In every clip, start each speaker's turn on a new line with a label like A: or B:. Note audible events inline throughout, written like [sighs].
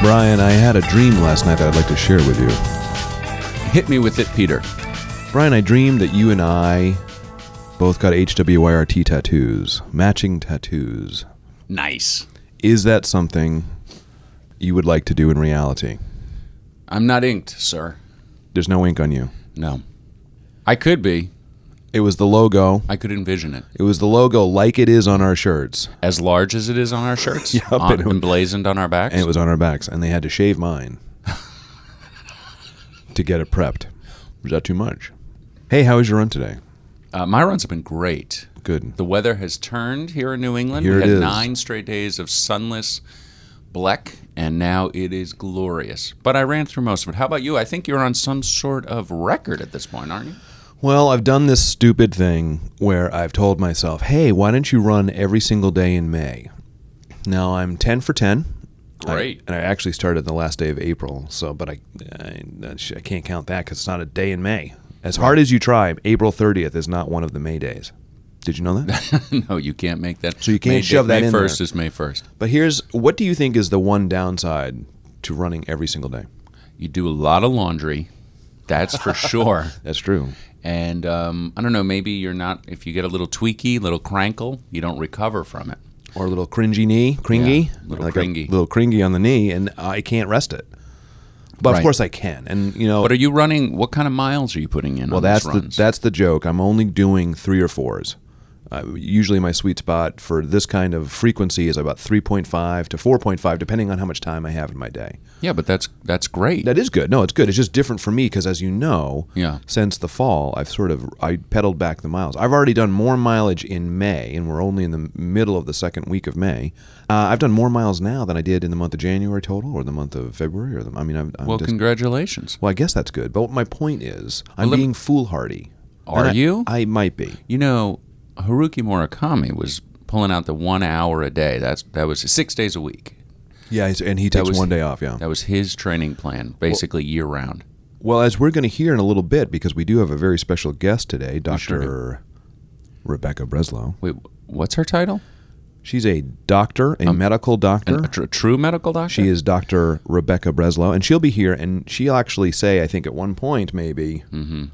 A: Brian, I had a dream last night that I'd like to share with you.
B: Hit me with it, Peter.
A: Brian, I dreamed that you and I both got HWYRT tattoos, matching tattoos.
B: Nice.
A: Is that something you would like to do in reality?
B: I'm not inked, sir.
A: There's no ink on you.
B: No. I could be.
A: It was the logo.
B: I could envision it.
A: It was the logo like it is on our shirts,
B: As large as it is on
A: [laughs]
B: our shirts,
A: Yep,
B: on,
A: it was-
B: emblazoned on our backs.
A: and it was on our backs, and they had to shave mine to get it prepped. Was that too much? Hey, how was your run today?
B: uh, my runs have been great.
A: Good.
B: The weather has turned here in New England.
A: Here
B: we
A: it
B: had
A: is.
B: nine straight days of sunless black, and now it is glorious. But I ran through most of it. How about you? I think you're on some sort of record at this point, aren't you?
A: Well, I've done this stupid thing where I've told myself, hey, why don't you run every single day in May? Now I'm 10 for 10. I-
B: Great. [laughs]
A: and I actually started the last day of April, so, but I, I, that sh- I can't count that because it's not a day in May. As hard as you try, April 30th is not one of the May days. Did you know
B: [laughs]
A: that?
B: no, you can't make that.
A: So you can't
B: May,
A: shove that
B: May
A: in there.
B: 1st is May 1st.
A: but here's what do you think is the one downside to running every single day?
B: You do a lot of laundry. That's for sure. [laughs]
A: That's true.
B: and um, I don't know, maybe you're not. If you get a little tweaky, little crankle, you don't recover from it.
A: Or a little cringy knee, cringy,
B: Yeah, little
A: like a
B: cringy.
A: little cringy on the knee, and I can't rest it. But
B: Right.
A: of course I can, and you know.
B: But are you running? What kind of miles are you putting in?
A: Well,
B: on
A: that's
B: these
A: the
B: runs?
A: that's the joke. I'm only doing three or fours. Uh, usually, my sweet spot for this kind of frequency is about 3.5 to 4.5, depending on how much time I have in my day.
B: yeah, but that's that's great.
A: That is good. No, it's good. It's just different for me because, as you know,
B: Yeah.
A: since the fall, I've sort of I pedaled back the miles. I've already done more mileage in May, and we're only in the middle of the second week of May. Uh, I've done more miles now than I did in the month of January total, or the month of February, or the. I mean, I'm, I'm
B: well,
A: just-
B: congratulations.
A: well, I guess that's good. But what my point is, I'm
B: Well, let me-
A: being foolhardy.
B: Are
A: And I-
B: you?
A: I might be.
B: You know, Haruki Murakami was pulling out the one hour a day. That's that was six days a week.
A: Yeah, he's- and he takes
B: was-
A: one day off. Yeah.
B: That was his training plan, basically year round.
A: Well, as we're going to hear in a little bit, because we do have a very special guest today,
B: sure
A: Doctor
B: do.
A: Rebecca Breslow.
B: Wait, what's her title?
A: She's a doctor, a medical doctor.
B: Um, An, a tr- true medical doctor.
A: she is Doctor Rebecca Breslow, and she'll be here, and she'll actually say, I think at one point maybe.
B: Mm-hmm.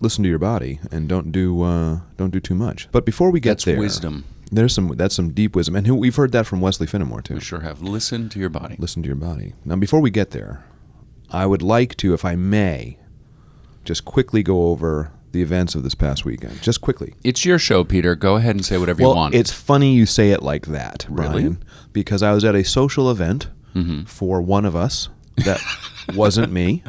A: Listen to your body and don't do uh, don't do too much. But before we get
B: That's
A: there,
B: wisdom.
A: There's some that's some deep wisdom, and who, we've heard that from Wesley Finnemore too.
B: We sure have. Listen to your body.
A: listen to your body. Now, before we get there, I would like to, if I may, just quickly go over the events of this past weekend. Just quickly.
B: It's your show, Peter. Go ahead and say whatever you
A: Well,
B: want.
A: it's funny you say it like that, Brian,
B: Really? Mm-hmm.
A: because I was at a social event for one of us
B: [laughs]
A: that wasn't me.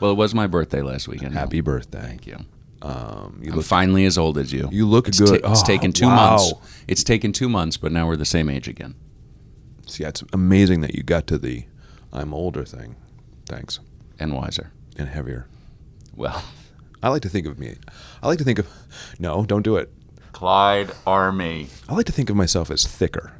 B: well, it was my birthday last weekend.
A: Happy birthday.
B: Thank you.
A: Um, you
B: I'm finally as old as you.
A: You look
B: it's
A: good.
B: ta- it's
A: Oh,
B: taken two
A: wow.
B: months. It's taken two months, but now we're the same age again.
A: See, it's amazing that you got to the I'm older thing. Thanks.
B: And wiser.
A: And heavier.
B: Well,
A: I like to think of me. I like to think of. No, don't do it.
B: Clyde Army.
A: I like to think of myself as
B: [laughs]
A: thicker.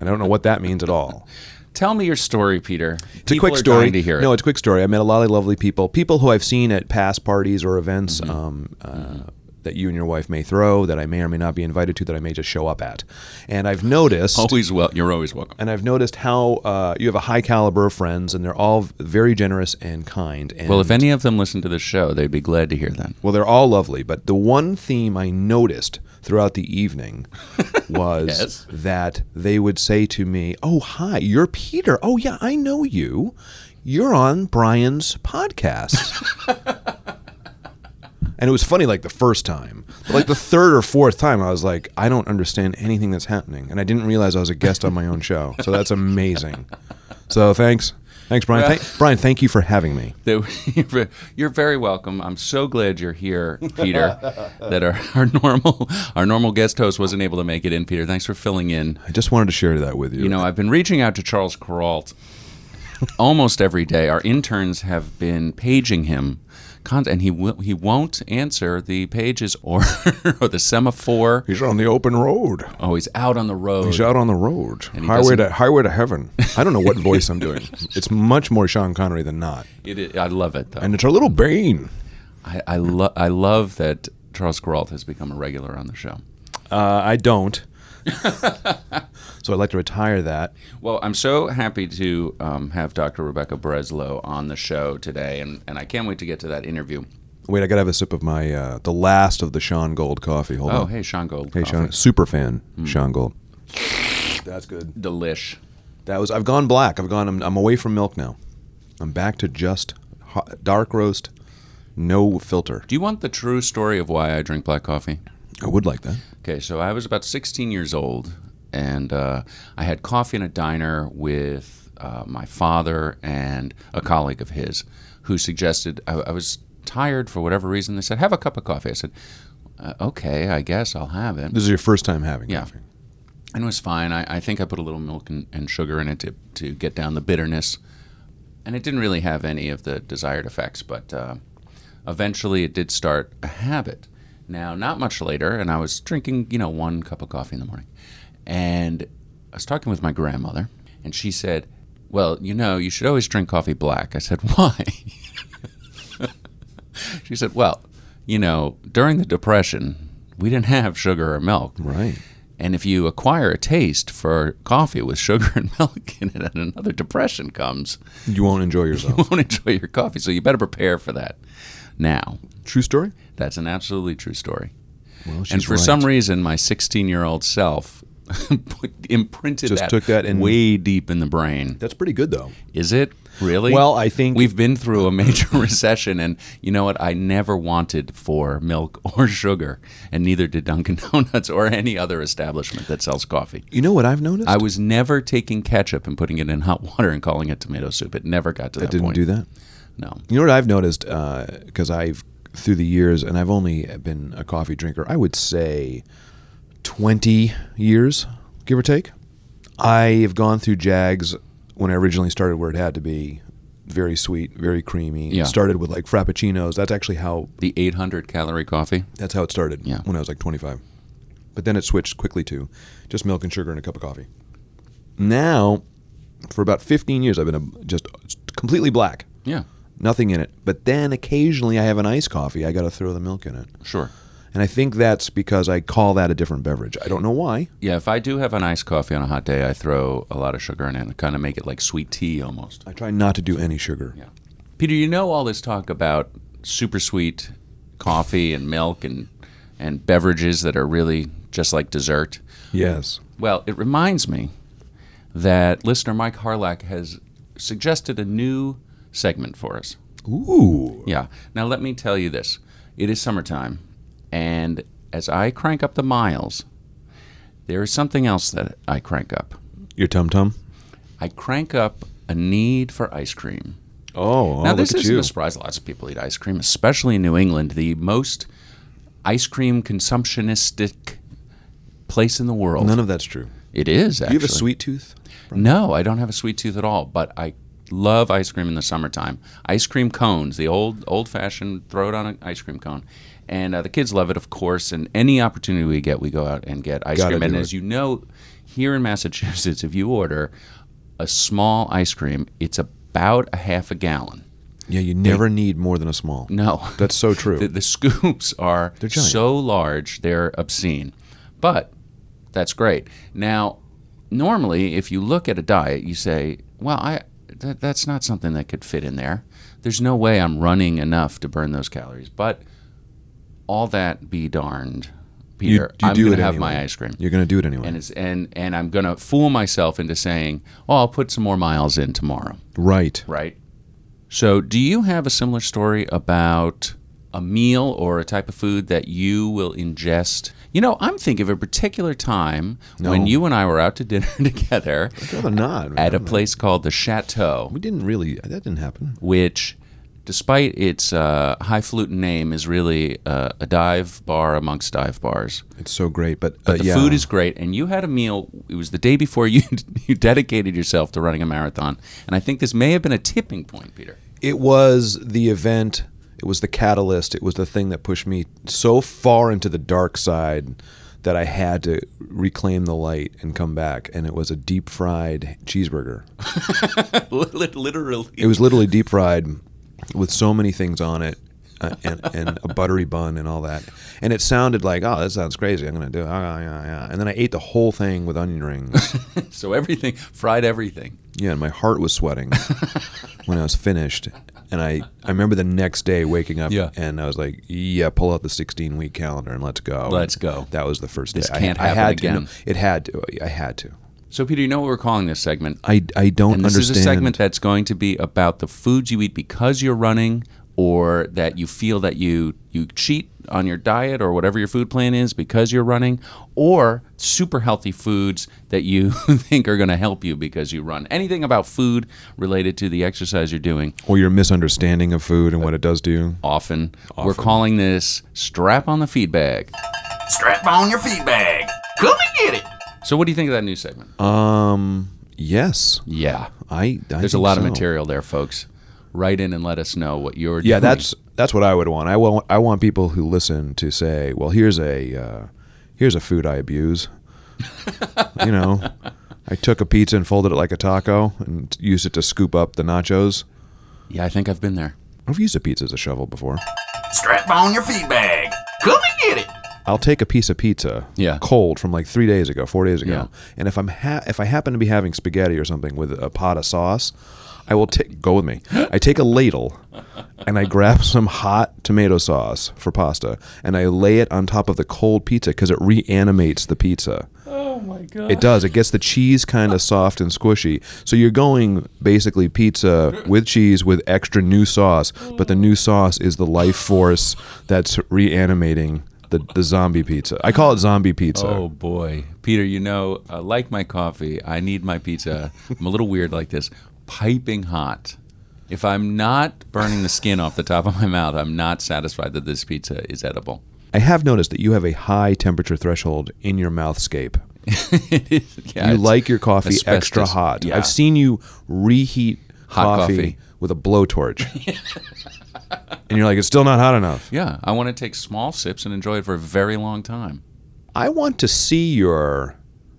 A: I don't know what that means at all.
B: Tell me your story, Peter.
A: It's a
B: People
A: quick
B: are
A: story.
B: dying to hear it.
A: No, it's a quick story. I met a lot of lovely people, people who I've seen at past parties or events
B: Mm-hmm.
A: um, uh, that you and your wife may throw, that I may or may not be invited to, that I may just show up at. And I've noticed.
B: [laughs] always well. You're always welcome.
A: And I've noticed how uh, you have a high caliber of friends, and they're all very generous and kind. And
B: Well, if any of them listen to the show, they'd be glad to hear that.
A: Well, they're all lovely, but the one theme I noticed throughout the
B: [laughs]
A: evening was
B: Yes.
A: that they would say to me, Oh, hi, you're Peter. Oh, yeah, I know you. You're on Brian's podcast.
B: [laughs]
A: and it was funny, like the first time. But like the third or fourth time, I was like, I don't understand anything that's happening. And I didn't realize I was a guest on my own show. So that's amazing. So thanks. Thanks, Brian. Thank, Brian, thank you for having me.
B: They- [laughs] You're very welcome. I'm so glad you're here,
A: [laughs]
B: Peter. that our, our normal our normal guest host wasn't able to make it in. Peter, thanks for filling in.
A: I just wanted to share that with you.
B: You know, I've been reaching out to Charles Corralt almost every day. Our interns have been paging him, con- and he will, he won't answer the pages or [laughs] or the semaphore.
A: he's on the open road.
B: Oh, he's out on the road.
A: He's out on the road,
B: he
A: highway
B: doesn't-
A: to highway to heaven. I don't know what voice I'm
B: [laughs]
A: doing. It's much more Sean Connery than not,
B: It is- I love it though.
A: and it's our little Bane.
B: I I, lo- I love that Charles Corralt has become a regular on the show.
A: Uh, I don't. [laughs] so I'd like to retire that.
B: Well, I'm so happy to um, have Dr. Rebecca Breslow on the show today, and, and I can't wait to get to that interview.
A: Wait, I gotta have a sip of my uh, the last of the Sean Gold coffee. Hold
B: Oh, Mm.
A: on.
B: hey, Sean Gold.
A: Hey, Sean, super fan Sean Gold. That's good.
B: Delish.
A: That was. I've gone black. I've gone. I'm, I'm away from milk now. I'm back to just hot, dark roast, no filter.
B: Do you want the true story of why I drink black coffee?
A: I would like that.
B: Okay, so I was about 16 years old, and uh, I had coffee in a diner with uh, my father and a colleague of his who suggested I, I was tired for whatever reason. They said, Have a cup of coffee. I said, uh, Okay, I guess I'll have it.
A: This is your first time having.
B: Yeah.
A: coffee.
B: And it was fine. I, I think I put a little milk and, and sugar in it to, to get down the bitterness. And it didn't really have any of the desired effects, but uh, eventually it did start a habit. Now, not much later, and I was drinking, you know, one cup of coffee in the morning. And I was talking with my grandmother, and she said, Well, you know, you should always drink coffee black. I said, [laughs] Why? she said, Well, you know, during the Depression, we didn't have sugar or milk.
A: Right.
B: And if you acquire a taste for coffee with sugar and [laughs] milk in it, and another depression comes, [laughs]
A: You won't enjoy yourself.
B: you won't enjoy your coffee. So you better prepare for that. Now,
A: True story.
B: that's an absolutely true story.
A: Well, she's
B: and for
A: right.
B: some reason, my 16 year old self [laughs] put- imprinted
A: Just
B: that,
A: took that and-
B: way deep in the brain.
A: that's pretty good though.
B: Is it really?
A: Well, I think
B: We've been through a major [laughs] recession, and you know what? I never wanted for milk [laughs] or sugar, and neither did Dunkin' Donuts or any other establishment that sells coffee.
A: You know what I've noticed?
B: I was never taking ketchup and putting it in hot water and calling it tomato soup. It never got to that
A: didn't
B: point.
A: do that.
B: No.
A: You know what I've noticed? Because I've through the years, and I've only been a coffee drinker. I would say twenty years, give or take. I have gone through Jags when I originally started, where it had to be very sweet, very creamy.
B: Yeah.
A: Started with like frappuccinos. That's actually how
B: The 800 calorie coffee.
A: that's how it started.
B: Yeah.
A: When I was like twenty five, but then it switched quickly to just milk and sugar and a cup of coffee. Now, for about fifteen years, I've been a, just completely black
B: Yeah,
A: nothing in it. But then occasionally I have an iced coffee. I got to throw the milk in it.
B: sure.
A: And I think that's because I call that a different beverage. I don't know why.
B: Yeah, if I do have an iced coffee on a hot day, I throw a lot of sugar in it and kind of make it like sweet tea almost.
A: I try not to do any sugar.
B: Yeah. Peter, you know all this talk about super sweet coffee and milk and and beverages that are really just like dessert.
A: Yes.
B: Well, it reminds me that listener Mike Harlack has suggested a new segment for us.
A: Ooh.
B: Yeah. Now let me tell you this. It is summertime, and as I crank up the miles, there is something else that I crank up.
A: Your tum tum.
B: I crank up a need for ice cream.
A: Oh,
B: now this isn't a surprise. Lots of people eat ice cream, especially in New England, the most ice cream consumptionistic place in the world.
A: None of that's true.
B: It is
A: Do
B: actually.
A: you have a sweet tooth?
B: No, I don't have a sweet tooth at all, but I love ice cream in the summertime. Ice cream cones, the old old fashioned throw it on an ice cream cone. And uh, the kids love it, of course. And any opportunity we get, we go out and get ice
A: Gotta
B: cream. And
A: do
B: as
A: it.
B: you know, here in Massachusetts, if you order a small ice cream, it's about a half a gallon.
A: Yeah, you never need more than a small.
B: No,
A: That's so true.
B: the, the scoops [laughs] are
A: giant.
B: so large they're obscene but that's great now normally if you look at a diet you say well i that, that's not something that could fit in there there's no way i'm running enough to burn those calories but all that be darned peter
A: you
B: i'm
A: do
B: going
A: it
B: to have
A: anyway.
B: my ice cream
A: You're going to do it anyway.
B: and, it's, and and i'm going to fool myself into saying oh i'll put some more miles in tomorrow
A: right.
B: Right. So, do you have a similar story about a meal or a type of food that you will ingest? You know, I'm thinking of a particular time when you and I were out to dinner [laughs] together
A: I'd rather not.
B: at a place called the Chateau,
A: we didn't really. That didn't happen.
B: which, despite its uh, highfalutin name, is really uh, a dive bar amongst dive bars.
A: It's so great, but,
B: The
A: Uh, yeah.
B: food is great, and you had a meal. It was the day before [laughs] you you dedicated yourself to running a marathon, and I think this may have been a tipping point, Peter.
A: it was the event it was the catalyst it was the thing that pushed me so far into the dark side that i had to reclaim the light and come back and it was a deep fried cheeseburger
B: Lit- Literally.
A: it was literally deep fried with so many things on it uh, and, and a buttery bun and all that. And it sounded like, oh, that sounds crazy. I'm going to do it. Ah, yeah, yeah. And then I ate the whole thing with onion rings.
B: So everything, fried everything.
A: yeah, and my heart was [laughs] sweating when I was finished. And I, I remember the next day waking up
B: Yeah.
A: and I was like, yeah, pull out the 16 week calendar and let's go.
B: Let's go.
A: That was the first
B: This
A: day. I-
B: can't
A: I,
B: happen
A: had To,
B: again.
A: no, it had to. oh, I had to.
B: So, Peter, you know what we're calling this segment?
A: I, I don't
B: And this
A: understand.
B: is a segment that's going to be about the foods you eat because you're running or that you feel that you you cheat on your diet or whatever your food plan is because you're running or super healthy foods that you [laughs] think are going to help you because you run. Anything about food related to the exercise you're doing,
A: or your misunderstanding of food and what it does to you.
B: often, we're calling this strap on the feed bag.
C: Strap on your feed bag. Come and get it.
B: So what do you think of that new segment?
A: Um, yes,
B: yeah.
A: I. I
B: There's a
A: think
B: lot of
A: so.
B: material there, folks. Write in and let us know what you're
A: Yeah,
B: doing.
A: that's that's what I would want. I want I want people who listen to say, well, here's a uh, here's a food I abuse. you know, I took a pizza and folded it like a taco and used it to scoop up the nachos.
B: Yeah, I think I've been there.
A: I've used a pizza as a shovel before.
C: Strap on your feed bag. Come and get it.
A: I'll take a piece of pizza,
B: Yeah.
A: cold from like three days ago, four days ago,
B: Yeah.
A: and if I'm ha- if I happen to be having spaghetti or something with a pot of sauce, I will take go with me. I take a ladle, and I grab [laughs] some hot tomato sauce for pasta, and I lay it on top of the cold pizza because it reanimates the pizza.
B: Oh my god.
A: It does. It gets the cheese kind of soft and squishy. So you're going basically pizza with cheese with extra new sauce, but the new sauce is the life force that's reanimating the, the zombie pizza. I call it zombie pizza.
B: Oh boy, Peter, you know, uh, like my coffee, I need my pizza. I'm a little weird like this, piping hot. If I'm not burning the skin off the top of my mouth, I'm not satisfied that this pizza is edible.
A: I have noticed that you have a high temperature threshold in your mouthscape.
B: [laughs] It is- yeah,
A: You
B: it's-
A: like your coffee extra
B: asbestos.
A: hot.
B: Yeah.
A: I've seen you reheat
B: Hot
A: coffee,
B: coffee.
A: with a blowtorch. [laughs] and you're like, it's still not hot enough.
B: Yeah, I want to take small sips and enjoy it for a very long time.
A: I want to see your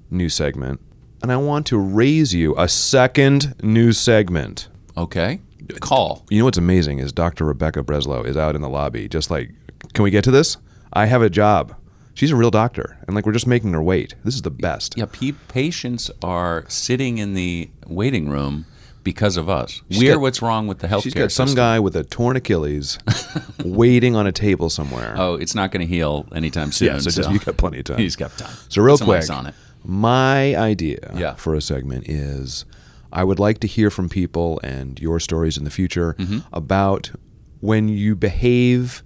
A: new segment, and I want to raise you a second new segment.
B: Okay, call.
A: You know what's amazing is Dr. Rebecca Breslow is out in the lobby, just like, can we get to this? I have a job. She's a real doctor, and like we're just making her wait. This is the best.
B: Yeah, pe- patients are sitting in the waiting room because of us.
A: She's
B: We're
A: got-
B: what's wrong with the healthcare
A: She's got some
B: system.
A: guy with a torn Achilles waiting on a table somewhere.
B: Oh, it's not going to heal anytime soon.
A: yeah, so, just,
B: so-
A: you got plenty of time.
B: He's got time.
A: So real
B: Some lights
A: quick,
B: on it.
A: my idea
B: Yeah.
A: for a segment is I would like to hear from people and your stories in the future
B: Mm-hmm.
A: about when you behave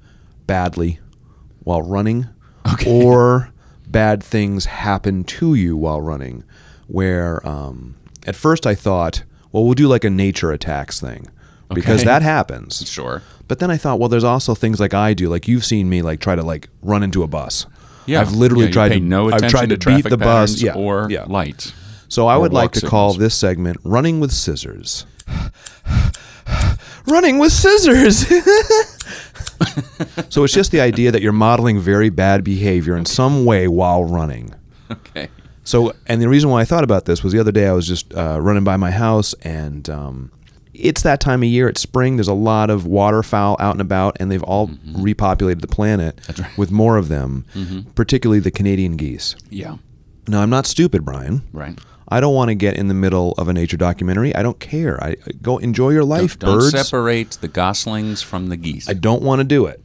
A: badly while running or bad things happen to you while running where um, at first I thought, well, we'll do like a nature attacks thing because
B: Okay.
A: that happens.
B: Sure.
A: But then I thought, well, there's also things like I do, like you've seen me like try to like run into a bus.
B: Yeah.
A: I've literally
B: Yeah, you
A: tried
B: pay
A: to
B: no
A: I've
B: attention
A: tried to, beat
B: traffic
A: the bus
B: patterns
A: yeah,
B: or
A: yeah.
B: lights.
A: So I
B: or
A: would
B: walk
A: like to call
B: signals.
A: this segment "Running with Scissors." [sighs] Running with scissors. [laughs] so it's just the idea that you're modeling very bad behavior in some way while running.
B: [laughs] Okay.
A: So, and the reason why I thought about this was the other day I was just uh, running by my house, and um, it's that time of year. It's spring. There's a lot of waterfowl out and about, and they've all
B: Mm-hmm.
A: repopulated the planet with more of them, particularly the Canadian geese.
B: Yeah.
A: Now, I'm not stupid, Brian.
B: Right.
A: I don't want to get in the middle of a nature documentary. I don't care. I uh, go enjoy your life,
B: Don't
A: birds.
B: separate the goslings from the geese.
A: I don't want to do it.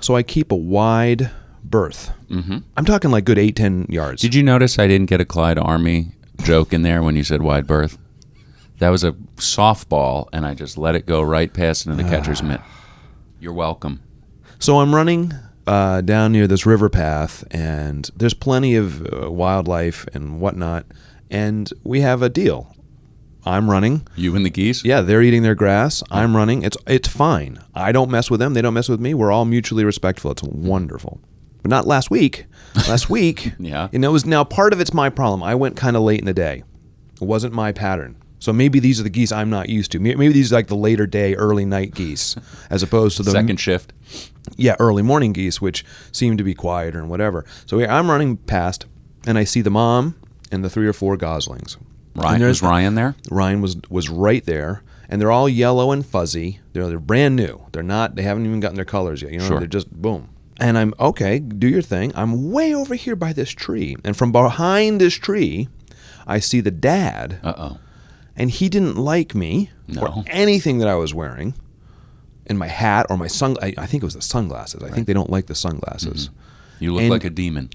A: So I keep a wide berth. Mm-hmm. I'm talking like good eight, ten yards.
B: Did you notice I didn't get a Clyde Army joke in there when you said wide berth? That was a softball, and I just let it go right past into the catcher's mitt. You're welcome.
A: So I'm running uh, down near this river path, and there's plenty of uh, wildlife and whatnot. And we have a deal. I'm running.
B: You and the geese?
A: Yeah, they're eating their grass. I'm running. It's it's fine. I don't mess with them. They don't mess with me. We're all mutually respectful. It's wonderful. But not last week. Last week.
B: [laughs] Yeah.
A: And it was now part of it's my problem. I went kind of late in the day. It wasn't my pattern. So maybe these are the geese I'm not used to. May- Maybe these are like the later day, early night geese, as opposed to the
B: Second shift.
A: yeah, early morning geese, which seem to be quieter and whatever. So yeah, I'm running past, and I see the mom and the three or four goslings.
B: Ryan
A: And
B: is Ryan there?
A: Ryan was was right there, and they're all yellow and fuzzy. They're they're brand new. They're not. They haven't even gotten their colors yet. You know,
B: Sure.
A: they're just boom. And I'm okay. Do your thing. I'm way over here by this tree, and from behind this tree, I see the dad
B: Uh oh.
A: and he didn't like me
B: No.
A: or anything that I was wearing, in my hat or my sun. I, I think it was the sunglasses. I think they don't like the sunglasses.
B: Mm-hmm. You look
A: And-
B: like a demon.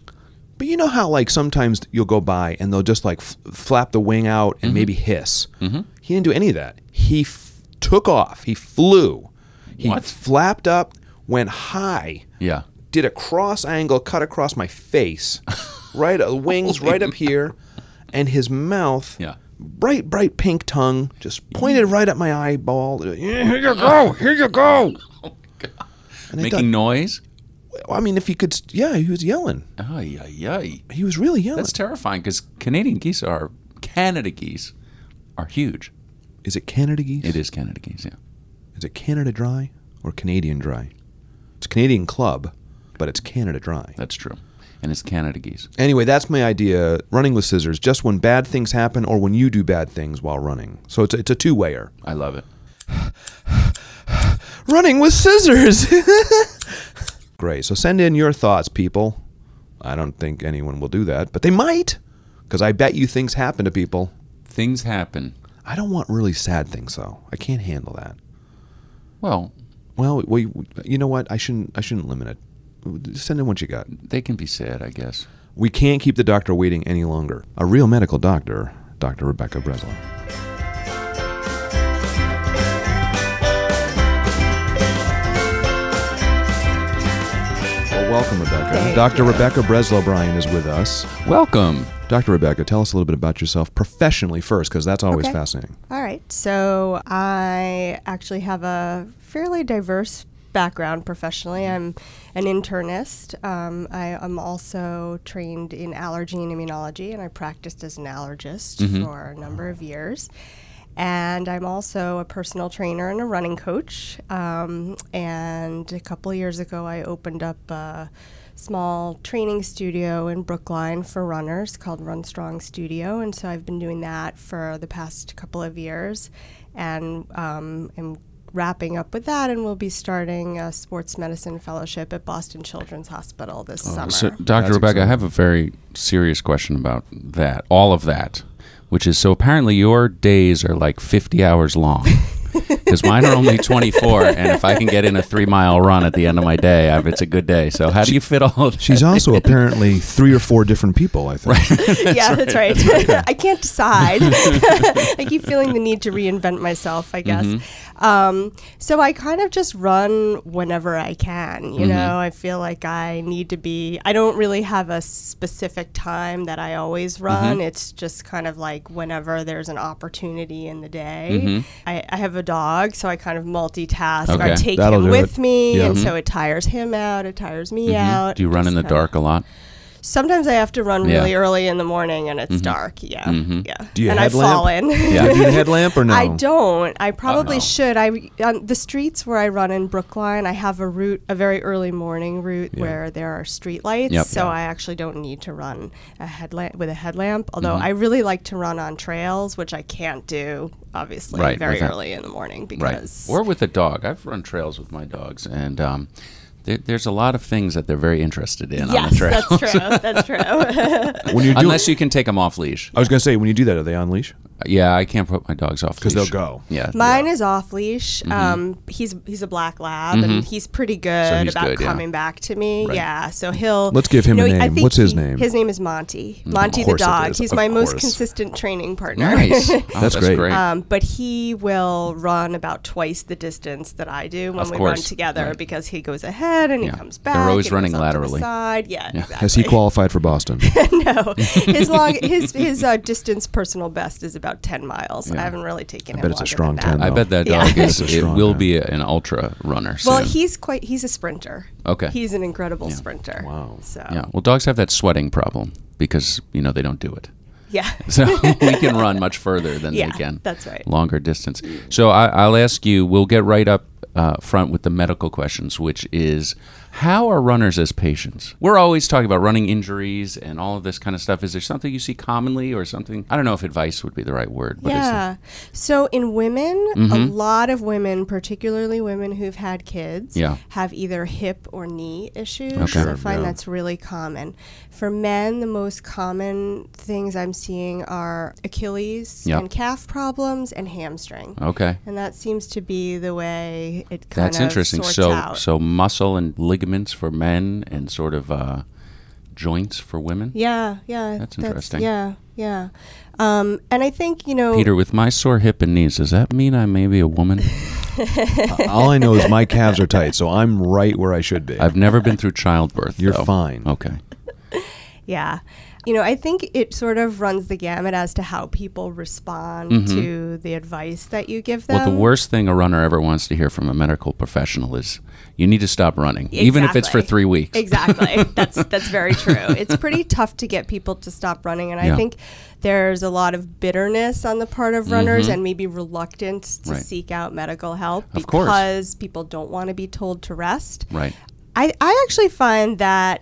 A: But you know how like sometimes you'll go by and they'll just like f- flap the wing out and maybe hiss. Mm-hmm. He didn't do any of that. He f- took off. He flew. He
B: What?
A: flapped up, went high,
B: Yeah.
A: did a cross angle, cut across my
B: [laughs]
A: face, right uh, wings right up here, and his mouth,
B: Yeah.
A: bright bright pink tongue, just pointed right at my eyeball. Yeah, Here you go. And I
B: Oh, Making noise.
A: thought, I mean, if he could, s- yeah, he was yelling.
B: Ay, ay, ay.
A: He was really yelling.
B: That's terrifying because Canadian geese are Canada geese are huge.
A: is it Canada geese?
B: It is Canada geese. Yeah.
A: Is it Canada Dry or Canadian Dry? It's Canadian Club, but it's Canada Dry.
B: That's true. And it's Canada geese.
A: Anyway, that's my idea. Running with scissors, just when bad things happen or when you do bad things while running. So it's a, it's a two wayer.
B: I love it.
A: Running with scissors. [laughs] Great. So send in your thoughts, people. I don't think anyone will do that, but they might, because I bet you things happen to people.
B: Things happen.
A: I don't want really sad things though. I can't handle that.
B: Well,
A: Well, we, we- you know what? I shouldn't. I shouldn't limit it. Send in what you got.
B: they can be sad, I guess.
A: We can't keep the doctor waiting any longer. A real medical doctor, Dr. Rebecca Breslow. Well, welcome, Rebecca.
D: Thank
A: Dr.
D: you.
A: Rebecca Breslow Bryan is with us.
B: Welcome.
A: Dr. Rebecca, tell us a little bit about yourself professionally first, because that's always
D: Okay.
A: fascinating.
D: All right. So I actually have a fairly diverse background professionally. I'm an internist. Um, I am also trained in allergy and immunology, and I practiced as an allergist for a number of years. And I'm also a personal trainer and a running coach. Um, and a couple of years ago, I opened up uh, a small training studio in Brookline for runners called Run Strong Studio. And so I've been doing that for the past couple of years. And um, I'm wrapping up with that, and we'll be starting a sports medicine fellowship at Boston Children's Hospital this summer.
B: Oh, So, Dr. Rebecca, I have a very serious question about that, all of that, which is so apparently your days are like 50 hours long. Because mine are only 24, and if I can get in a three mile run at the end of my day, I've, it's a good day. So, how do you fit all of
A: She's
D: [laughs]
A: also apparently three or four different people, I think.
D: yeah, that's right. [laughs] I can't decide. I keep feeling the need to reinvent myself, I guess. Um, so I kind of just run whenever I can. You know, I feel like I need to be, I don't really have a specific time that I always run. It's just kind of like whenever there's an opportunity in the day. I, I have a dog, so I kind of multitask.
B: Okay,
D: I take
A: that'll
D: him
A: do
D: with
A: it.
D: me,
A: Yeah.
D: and so it tires him out, it tires me out.
B: Do you run in
D: Just
B: the
D: kinda-
B: dark a lot?
D: Sometimes I have to run
B: Yeah. Mm-hmm.
D: really early in the morning and it's dark. Yeah. Yeah.
A: Do you
D: and
A: headlamp?
D: I
A: [laughs]
D: fall in.
A: Do you do the headlamp or no?
D: [laughs] I don't. I probably
B: no.
D: should. I on the streets where I run in Brookline, I have a route, a very early morning route where there are street lights,
B: Yep.
D: so I actually don't need to run a headlamp with a headlamp. Although
B: Mm-hmm.
D: I really like to run on trails, which I can't do obviously
B: Right,
D: very
B: without-
D: early in the morning
B: Right.
D: because
B: Or with a dog. I've run trails with my dogs, and um, there, there's a lot of things that they're very interested in on the
D: Yes,
B: trail.
D: that's true. That's
B: [laughs]
D: true.
A: When you're doing,
B: Unless you can take them off leash. Uh,
A: I was going to say, when you do that, are they on leash?
B: Yeah, I can't put my dogs off leash.
A: Because they'll go.
B: Yeah. Mm-hmm.
D: Mine is off leash. Um, he's he's a black lab, and he's pretty good
B: he's
D: about
B: good, yeah.
D: coming back to me.
B: Right.
D: Yeah, so he'll.
A: Let's give him
D: you
A: a
D: know, I
A: name.
D: think
A: What's his
D: he-
A: name?
D: His name is Monty.
B: Mm,
D: Monty the
A: course it
D: dog.
A: is.
D: He's
A: Of
D: my most
A: course.
D: consistent training partner.
A: [laughs]
B: Nice. Oh,
A: That's great.
D: [laughs] Um, but he will run about twice the distance that I do when
B: Of
D: we run
B: course,
D: together
B: right.
D: because he goes ahead and
B: Yeah.
D: he comes
B: They're
D: back.
B: always
D: and he
B: running
D: goes off to the
B: laterally.
D: side. Yeah,
B: [laughs]
D: exactly.
A: Has he qualified for Boston?
D: no, his long his his uh, distance personal best is about ten miles. I haven't really taken him.
A: bet it's a
D: longer
A: strong
D: than that.
A: 10.
B: I bet that
D: Yeah.
B: dog
D: [laughs]
B: is.
A: That's a
B: It
A: strong
B: will
A: man.
B: be an ultra runner.
D: Well,
B: soon.
D: he's quite he's a sprinter.
B: Okay.
D: He's an incredible sprinter.
A: Wow.
D: So
B: yeah. Well, dogs have that sweating problem because you know they don't do it, [laughs]
D: yeah. [laughs]
B: so we can run much further than
D: Yeah,
B: they can.
D: that's right.
B: Longer distance. So I, I'll ask you. We'll get right up uh, front with the medical questions, which is How are runners as patients? We're always talking about running injuries and all of this kind of stuff. Is there something you see commonly or something? I don't know if advice would be the right word, but is Mm-hmm.
D: yeah. So in women, a lot of women, particularly women who've had kids,
B: Yeah.
D: have either hip or knee issues.
B: Okay.
D: I find
A: yeah.
D: that's really common. For men, the most common things I'm seeing are Achilles
B: Yeah.
D: and calf problems and hamstring.
B: okay.
D: And that seems to be the way it kind
B: That's
D: of
B: interesting.
D: sorts
B: So
D: out.
B: so muscle and ligaments for men and sort of uh, joints for women.
D: yeah, yeah.
B: That's interesting.
D: Yeah, yeah. Um, and I think, you know,
B: Peter, with my sore hip and knees, does that mean I may be a
D: [laughs]
B: woman?
A: All I know is my calves are tight, so I'm right where I should be.
B: I've oh, never been through childbirth.
A: You're
B: though.
A: fine.
B: Okay.
D: Yeah. You know, I think it sort of runs the gamut as to how people respond to the advice that you give them.
B: Mm-hmm. Well, the worst thing a runner ever wants to hear from a medical professional is you need to stop running, even if it's for
D: Exactly.
B: three weeks. [laughs]
D: Exactly. that's that's very true. It's pretty tough to get people to stop running, and
B: Yeah.
D: I think there's a lot of bitterness on the part of runners and maybe reluctance to
B: Mm-hmm. Right.
D: seek out medical help
B: Of course.
D: because people don't want to be told to rest.
B: Right.
D: I, I actually find that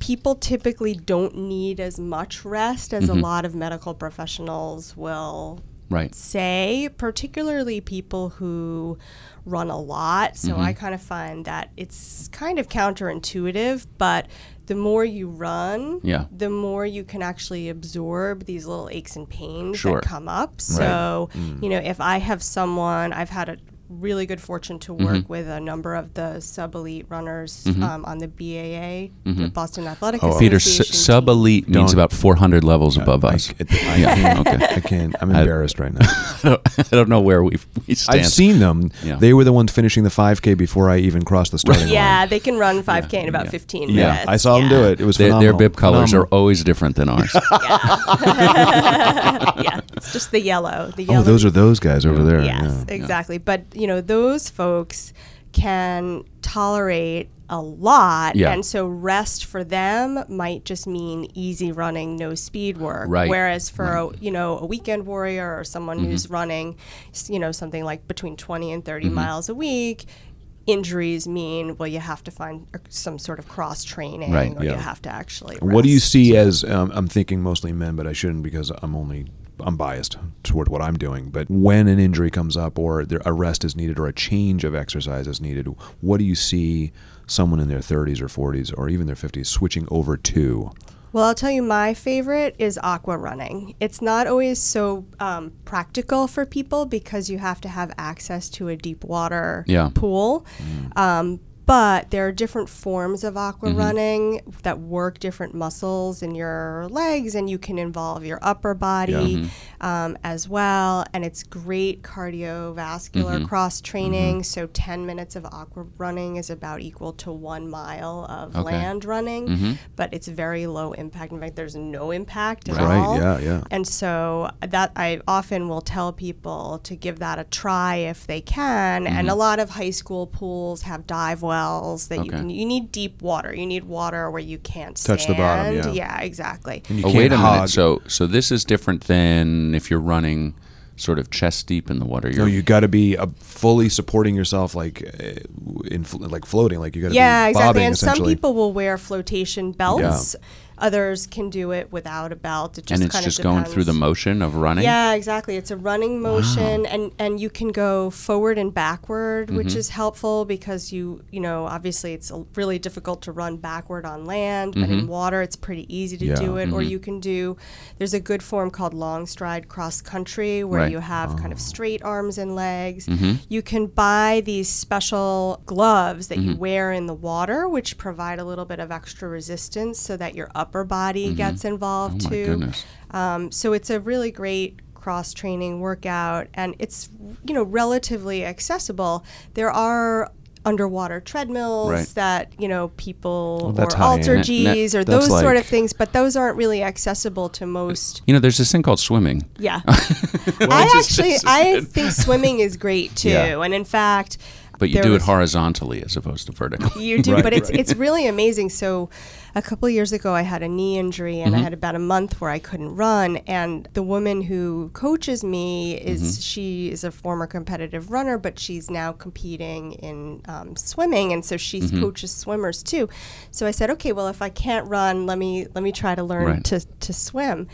D: people typically don't need as much rest as a lot of medical professionals will
B: Right.
D: say, particularly people who run a lot. So I
B: Mm-hmm.
D: kind of find that it's kind of counterintuitive, but the more you run,
B: Yeah.
D: the more you can actually absorb these little aches and pains
B: Sure. Mm.
D: that come up. So, you know, if I have someone, I've had a really good fortune to work
B: Mm-hmm.
D: with a number of the sub elite runners um, on the BAA, the Boston Athletic
B: Mm-hmm. Oh, Peter,
D: Association.
B: s- sub elite
A: Don't-
B: means about 400 levels above us.
A: I, I
B: yeah.
A: can't,
B: okay.
A: I can't. I'm embarrassed right now.
B: [laughs] I don't know where we we stand.
A: I've seen them.
B: Yeah.
A: They were the ones finishing the 5K before I even crossed the starting line.
D: yeah, they can run 5K in about 15
A: Yeah,
D: minutes.
A: I saw them do it. It was
B: their, their
A: phenomenal.
B: bib colors
A: Phenomenal.
B: are always different than
A: [laughs]
B: ours.
D: yeah, it's just the yellow. The yellow.
A: Oh, those are those guys over there.
D: Yes,
A: yeah.
D: exactly. But you know, those folks can tolerate a lot,
B: Yeah.
D: and so rest for them might just mean easy running, no speed work.
B: Right.
D: Whereas for a, you know a weekend warrior or someone
A: Mm-hmm.
D: who's running, s- you know, something like between twenty and 30
A: Mm-hmm.
D: miles a week. Injuries mean well, you have to find uh, some sort of cross training,
B: Right,
D: or
A: yeah.
D: you have to actually.
A: What do you
D: rest.
A: see as um, I'm thinking mostly men, but I shouldn't because I'm only I'm biased toward what I'm doing. But when an injury comes up, or there, a rest is needed, or a change of exercise is needed, what do you see someone in their 30s or 40s or even their 50s switching over to?
D: Well, I'll tell you, my favorite is aqua running. It's not always so um, practical for people because you have to have access to a deep water
B: Yeah.
D: pool. Um, but there are different forms of aqua
A: Mm-hmm.
D: running that work different muscles in your legs, and you can involve your upper body
A: Mm-hmm.
D: um, as well. And it's great cardiovascular
A: Mm-hmm.
D: cross training. So 10 minutes of aqua running is about equal to one mile of land running,
A: Mm-hmm.
D: but it's very low impact. In fact, there's no impact at
A: Right,
D: all.
A: yeah, yeah.
D: And so that I often will tell people to give that a try if they can.
A: Mm-hmm.
D: And a lot of high school pools have dive wells that you
B: Okay.
D: can. You need deep water. You need water where you can't
A: Touch the bottom,
D: stand.
A: yeah.
D: exactly.
A: You
B: oh,
A: can't
B: wait a
A: hog-
B: minute. So so this is different than if you're running sort of chest deep in the water. You're,
A: No, you got to be uh, fully supporting yourself, like uh, in fl- like floating, like you got to
D: yeah,
A: be
D: exactly.
A: bobbing
D: And some
A: essentially.
D: people will wear flotation belts. Others can do it without a belt. It just
B: and it's
D: kind
B: just
D: of
B: going through the
D: depends.
B: motion of running.
D: Yeah, exactly. It's a running motion, and and you can go forward and backward,
B: Mm-hmm.
D: which is helpful because you you know obviously it's a- really difficult to run backward on land, but
B: Mm-hmm.
D: in water it's pretty easy to
A: Yeah,
D: do it. Or you can do there's a good form called long stride cross country where
B: Right. Oh. Mm-hmm.
D: you have kind of straight arms and legs. You can buy these special gloves that
B: Mm-hmm.
D: you wear in the water, which provide a little bit of extra resistance so that your upper body gets involved
B: Mm-hmm. Oh My
D: too.
B: goodness.
D: Um, so it's a really great cross training workout, and it's you know relatively accessible. There are underwater treadmills
B: Right.
D: that you know people
A: that's
D: or
A: high end.
D: alter
B: That- that-
D: G's or
A: that's
D: those sort
A: like-
D: of things, but those aren't really accessible to most.
B: You know, there's this thing called swimming. [laughs]
D: Yeah, I actually I think swimming is great
B: [laughs]
D: too,
B: Yeah.
D: and in fact.
B: But you
D: there
B: do it
D: was-
B: horizontally as opposed to
D: [laughs]
B: vertically.
D: You do,
A: Right,
D: but it's it's really amazing. So, a couple years ago, I had a knee injury, and I
B: Mm-hmm.
D: had about a month where I couldn't run. And the woman who coaches me is
B: Mm-hmm.
D: she is a former competitive runner, but she's now competing in um, swimming, and so she
B: Mm-hmm.
D: coaches swimmers too. So I said, okay, well, if I can't run, let me let me try to learn
B: Right.
D: to to swim.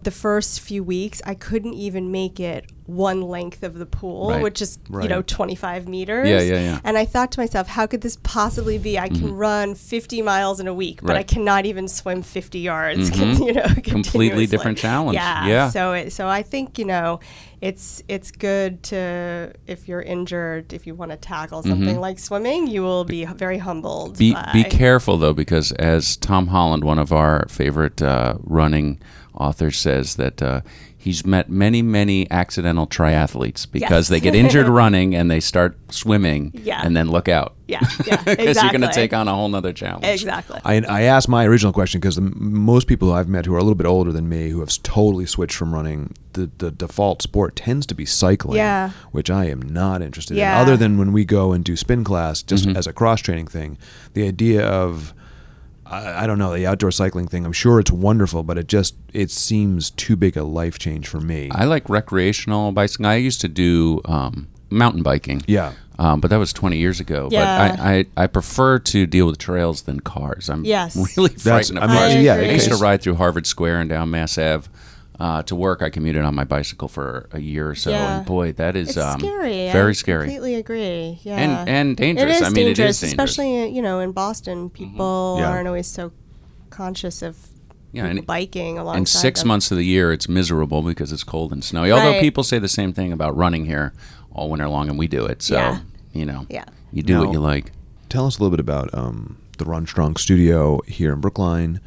D: The first few weeks, I couldn't even make it one length of the pool,
B: Right.
D: which is you
A: Right.
D: know 25 meters.
B: Yeah, yeah, yeah.
D: And I thought to myself, how could this possibly be? I can run 50 miles in a week, but I
B: Mm-hmm. Right. Mm-hmm.
D: cannot even swim 50 yards. [laughs] You know,
B: Completely
D: continuously.
B: different challenge.
D: Yeah.
B: Yeah.
D: So, it, so I think you know, it's it's good to if you're injured, if you want to tackle something like swimming, you will be h- very humbled.
B: Mm-hmm. Be,
D: by-
B: be careful though, because as Tom Holland, one of our favorite uh, running authors, says that uh, he's met many, many accidental triathletes because
D: Yes.
B: they get injured
D: [laughs]
B: running and they start swimming,
D: Yeah.
B: and then look out. [laughs]
D: Yeah, yeah,
B: because you're going to
D: exactly.
B: take on a whole nother challenge.
D: exactly.
A: I, I asked my original question because most people who I've met who are a little bit older than me who have s- totally switched from running, the, the default sport tends to be cycling,
D: Yeah.
A: which I am not interested
D: Yeah.
A: in. Other than when we go and do spin class, just as a cross training thing, the idea of I, I don't know the outdoor cycling thing. I'm sure it's wonderful, but it just it seems too big a life change for me.
B: I like recreational bicycling. I used to do um, mountain biking.
A: yeah,
B: Um, but that was 20 years ago.
D: Yeah.
B: But I, I, I prefer to deal with trails than cars. I'm
D: Yes.
B: really
A: That's-
B: frightened
A: I
B: of
A: mean,
B: cars.
D: yeah,
B: I used to
A: okay.
B: ride through Harvard Square and down Mass Ave. Uh, to work, I commuted on my bicycle for a year or so,
D: Yeah.
B: and boy, that is
D: It's
B: um,
D: scary.
B: very
D: I
B: scary.
D: Completely agree. Yeah.
B: And- and dangerous.
D: It is
B: I mean, it is
D: dangerous,
B: dangerous. Mm-hmm.
D: especially uh, you know in Boston, people
A: Yeah.
D: aren't always so conscious of
B: Yeah,
D: people
B: and-
D: biking alongside.
B: And six
D: them.
B: months of the year, it's miserable because it's cold and snowy. Although
D: Right.
B: people say the same thing about running here all winter long, and we do it. So
D: Yeah.
B: you know,
D: Yeah.
B: you do
A: Now-
B: what you like.
A: tell us a little bit about um, the Ron Strong Studio here in Brookline.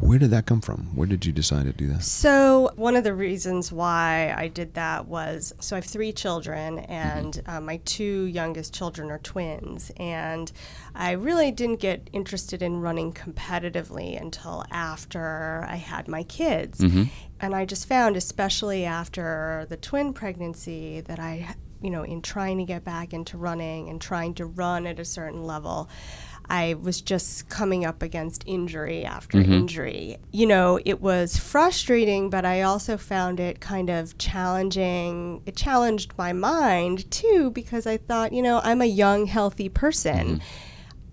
A: Where did that come from? Where did you decide to do that?
D: So, one of the reasons why I did that was so I have three children, and
B: Mm-hmm.
D: uh, my two youngest children are twins. And I really didn't get interested in running competitively until after I had my kids.
B: Mm-hmm.
D: And I just found, especially after the twin pregnancy, that I, you know, in trying to get back into running and trying to run at a certain level, I was just coming up against injury after injury. You know, it was frustrating, but I also found it kind of challenging. It challenged my mind too, because I thought, you know, I'm a young, healthy person.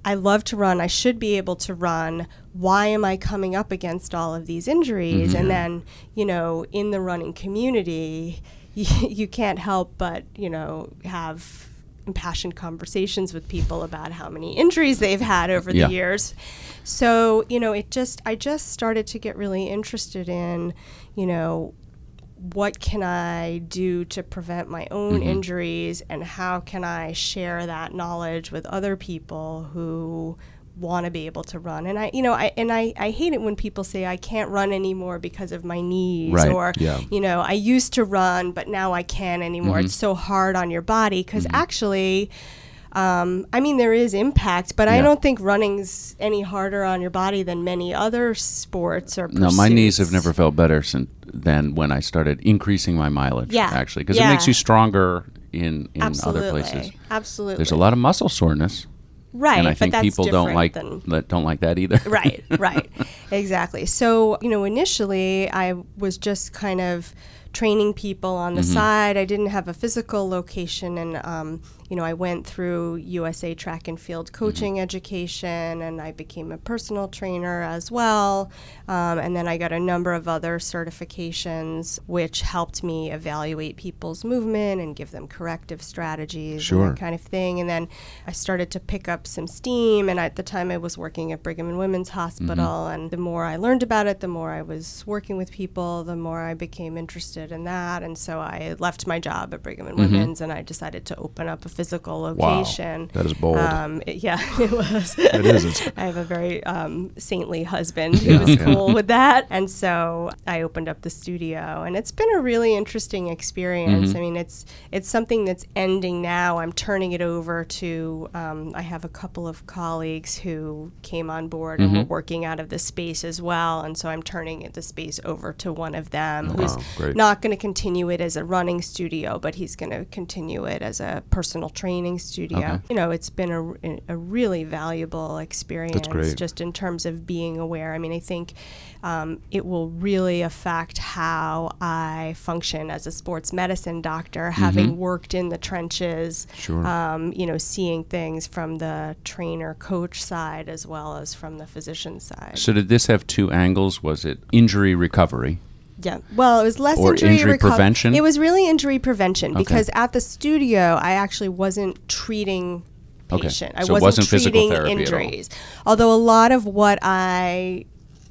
D: I love to run. I should be able to run. Why am I coming up against all of these injuries? And then, you know, in the running community, [laughs] you, you can't help but, you know, have impassioned conversations with people about how many injuries they've had over
B: Yeah.
D: the years. So, you know, it just, I just started to get really interested in, you know, what can I do to prevent my own
B: Mm-hmm.
D: injuries and how can I share that knowledge with other people who want to be able to run and I you know I and I, I hate it when people say I can't run anymore because of my knees
B: Right,
D: or
A: yeah.
D: you know I used to run but now I can't anymore
B: Mm-hmm.
D: it's so hard on your body because actually um, I mean, there is impact, but I
B: Yeah.
D: don't think running's any harder on your body than many other sports or.
B: No, my knees have
D: pursuits.
B: never felt better since than when I started increasing my mileage.
D: Yeah.
B: actually, because it
D: Yeah.
B: makes you stronger in in
D: Absolutely.
B: other places.
D: Absolutely.
B: There's a lot of muscle soreness,
D: right,
B: and I
D: but
B: think
D: that's
B: people don't
D: different
B: like
D: than-
B: that. Don't like that either.
D: [laughs] right, right, exactly. So you know, initially I was just kind of training people on
B: Mm-hmm.
D: the side. I didn't have a physical location, and um, you know, I went through USA Track and Field
B: Mm-hmm.
D: coaching education, and I became a personal trainer as well. Um, and then I got a number of other certifications, which helped me evaluate people's movement and give them corrective strategies. and that
A: Sure.
D: kind kind of thing. And then I started to pick up some steam. And at the time, I was working at Brigham and Women's Hospital.
A: Mm-hmm.
D: And the more I learned about it, the more I was working with people, the more I became interested in that. And so I left my job at Brigham and
A: Mm-hmm.
D: Women's and I decided to open up a physical location.
A: That is bold.
D: Um, it- yeah, [laughs] it was.
A: It is. It's-
D: I have a very um, saintly husband who was cool with that. And so I opened up the studio, and it's been a really interesting experience. I mean, it's it's something that's ending now. I'm turning it over to. Um, I have a couple of colleagues who came on board and were working out of the space as well, and so I'm turning it- the space over to one of them who's
A: great.
D: not going to continue it as a running studio, but he's going to continue it as a personal vocational training studio.
B: Okay.
D: You know, it's been a, a really valuable experience
A: great.
D: just in terms of being aware. I mean, I think um, it will really affect how I function as a sports medicine doctor, having worked in the trenches,
A: Mm-hmm. Sure.
D: um, you know, seeing things from the trainer coach side as well as from the physician side.
B: [laughs] So did this have two angles? Was it injury recovery?
D: Yeah. Well, it was less
B: Or
D: injury,
B: injury
D: reco-
B: prevention?
D: It was really injury prevention because at the studio, I actually wasn't treating
B: Okay.
D: patient. I
B: So it
D: wasn't,
B: wasn't physical
D: treating
B: therapy at all.
D: injuries. Although a lot of what I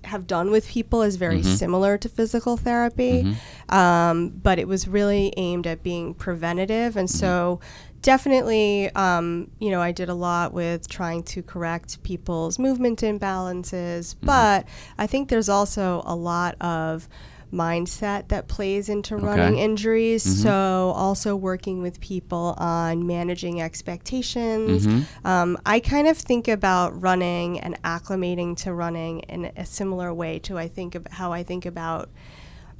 D: have done with people is very
B: Mm-hmm.
D: similar to physical therapy, um, but it was really aimed at being preventative, and so. Definitely, um, you know, I did a lot with trying to correct people's movement imbalances, but I think there's also a lot of mindset that plays into running injuries. So, also working with people on managing expectations. Um, I kind of think about running and acclimating to running in a similar way to I think of how I think about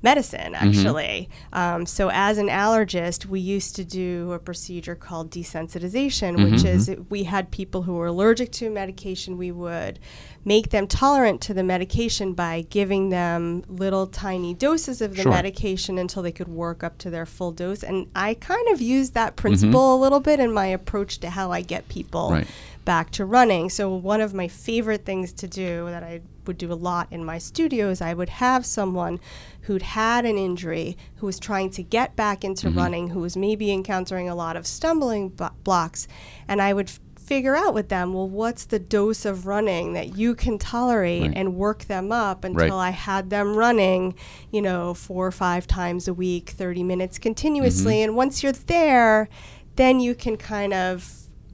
D: medicine
B: Mm-hmm.
D: actually um, so as an allergist we used to do a procedure called desensitization
B: Mm-hmm,
D: which is it- we had people who were allergic to medication we would make them tolerant to the medication by giving them little tiny doses of the
B: Sure.
D: medication until they could work up to their full dose and i kind of used that
B: Mm-hmm.
D: principle a little bit in my approach to how i get people
B: Right.
D: back to running. So one of my favorite things to do that I would do a lot in my studio is I would have someone who'd had an injury who was trying to get back into running, who was maybe encountering a lot of stumbling blo- blocks, and I would f- figure out with them, well, what's the dose of running that you can tolerate
B: Right.
D: and work them up until I had them running, you know, four or five times a week, 30 minutes continuously. And once you're there, then you can kind of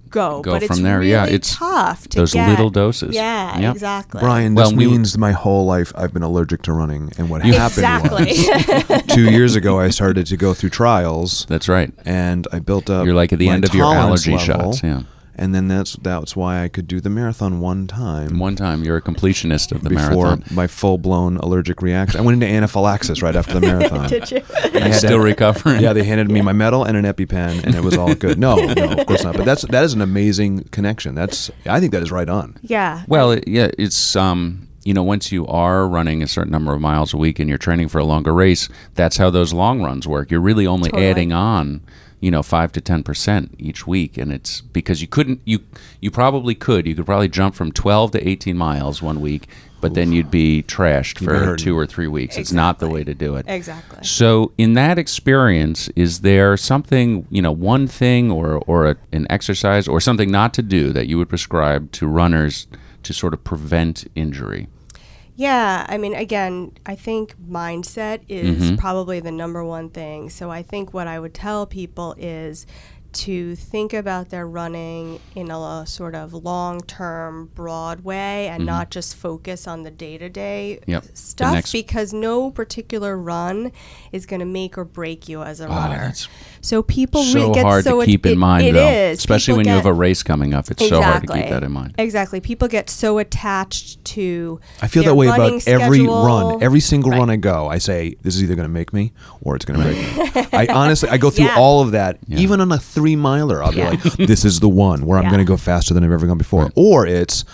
D: go.
B: Go
D: but it's
B: from there.
D: Really
B: Yeah, it's
D: tough to
B: those
D: get
B: little doses.
D: Yeah,
B: Yep.
D: exactly.
A: Brian,
B: Well,
A: this
B: we-
A: means my whole life I've been allergic to running, and what happened was
D: Exactly.
A: [laughs] two years ago I started to go through
B: [laughs]
A: trials,
B: That's right.
A: and I built up.
B: You're like at the
A: my
B: end of your
A: tolerance
B: allergy
A: level,
B: shots, yeah.
A: And then that's that's why I could do the marathon one time.
B: One time you're a completionist of the
A: before
B: marathon.
A: my full blown allergic reaction, I went into anaphylaxis right after the marathon.
D: [laughs] Did you?
A: I had
B: Still
A: to-
B: recovering.
A: Yeah, they handed me my medal and an EpiPen, and it was all good. No, no, of course not. But that's that is an amazing connection. That's I think that is right on.
D: yeah.
B: Well, it, yeah, it's um, you know, once you are running a certain number of miles a week and you're training for a longer race, that's how those long runs work. You're really only
D: Totally.
B: adding on, you know, five to ten percent each week, and it's because you couldn't you you probably could you could probably jump from twelve to eighteen miles one week, but then you'd be trashed
A: be
B: for
A: hurting.
B: two or three weeks. It's not the way to do it.
D: Exactly.
B: So, in that experience, is there something, you know, one thing or, or a, an exercise or something not to do that you would prescribe to runners to sort of prevent injury?
D: Yeah, I mean, again, I think mindset is
B: Mm-hmm.
D: probably the number one thing. So I think what I would tell people is to think about their running in a lo- sort of long term, broad way and not just focus on the day to day
B: Mm-hmm. Yep, the
D: stuff
B: next-
D: because no particular run is going to make or break you as a runner.
B: Ah, that's
D: so people
B: so
D: really get
B: hard
D: so
B: to
D: it-
B: keep
D: it-
B: in mind,
D: it
B: though.
D: is.
B: Especially
D: People
B: when you
D: get-
B: have a race coming up. It's so hard to keep
D: Exactly.
B: that in mind.
D: Exactly. People get so attached to.
A: I feel
D: their
A: that way about
D: running
A: every
D: schedule.
A: run, every single run I go. I say this is either going to make me or it's going to break
D: [laughs]
A: me. I honestly, I go through
D: Yeah.
A: all of that, even on a three miler. I'll
D: Yeah.
A: be like, this is the one where I'm
D: Yeah.
A: going to go faster than I've ever gone before, or it's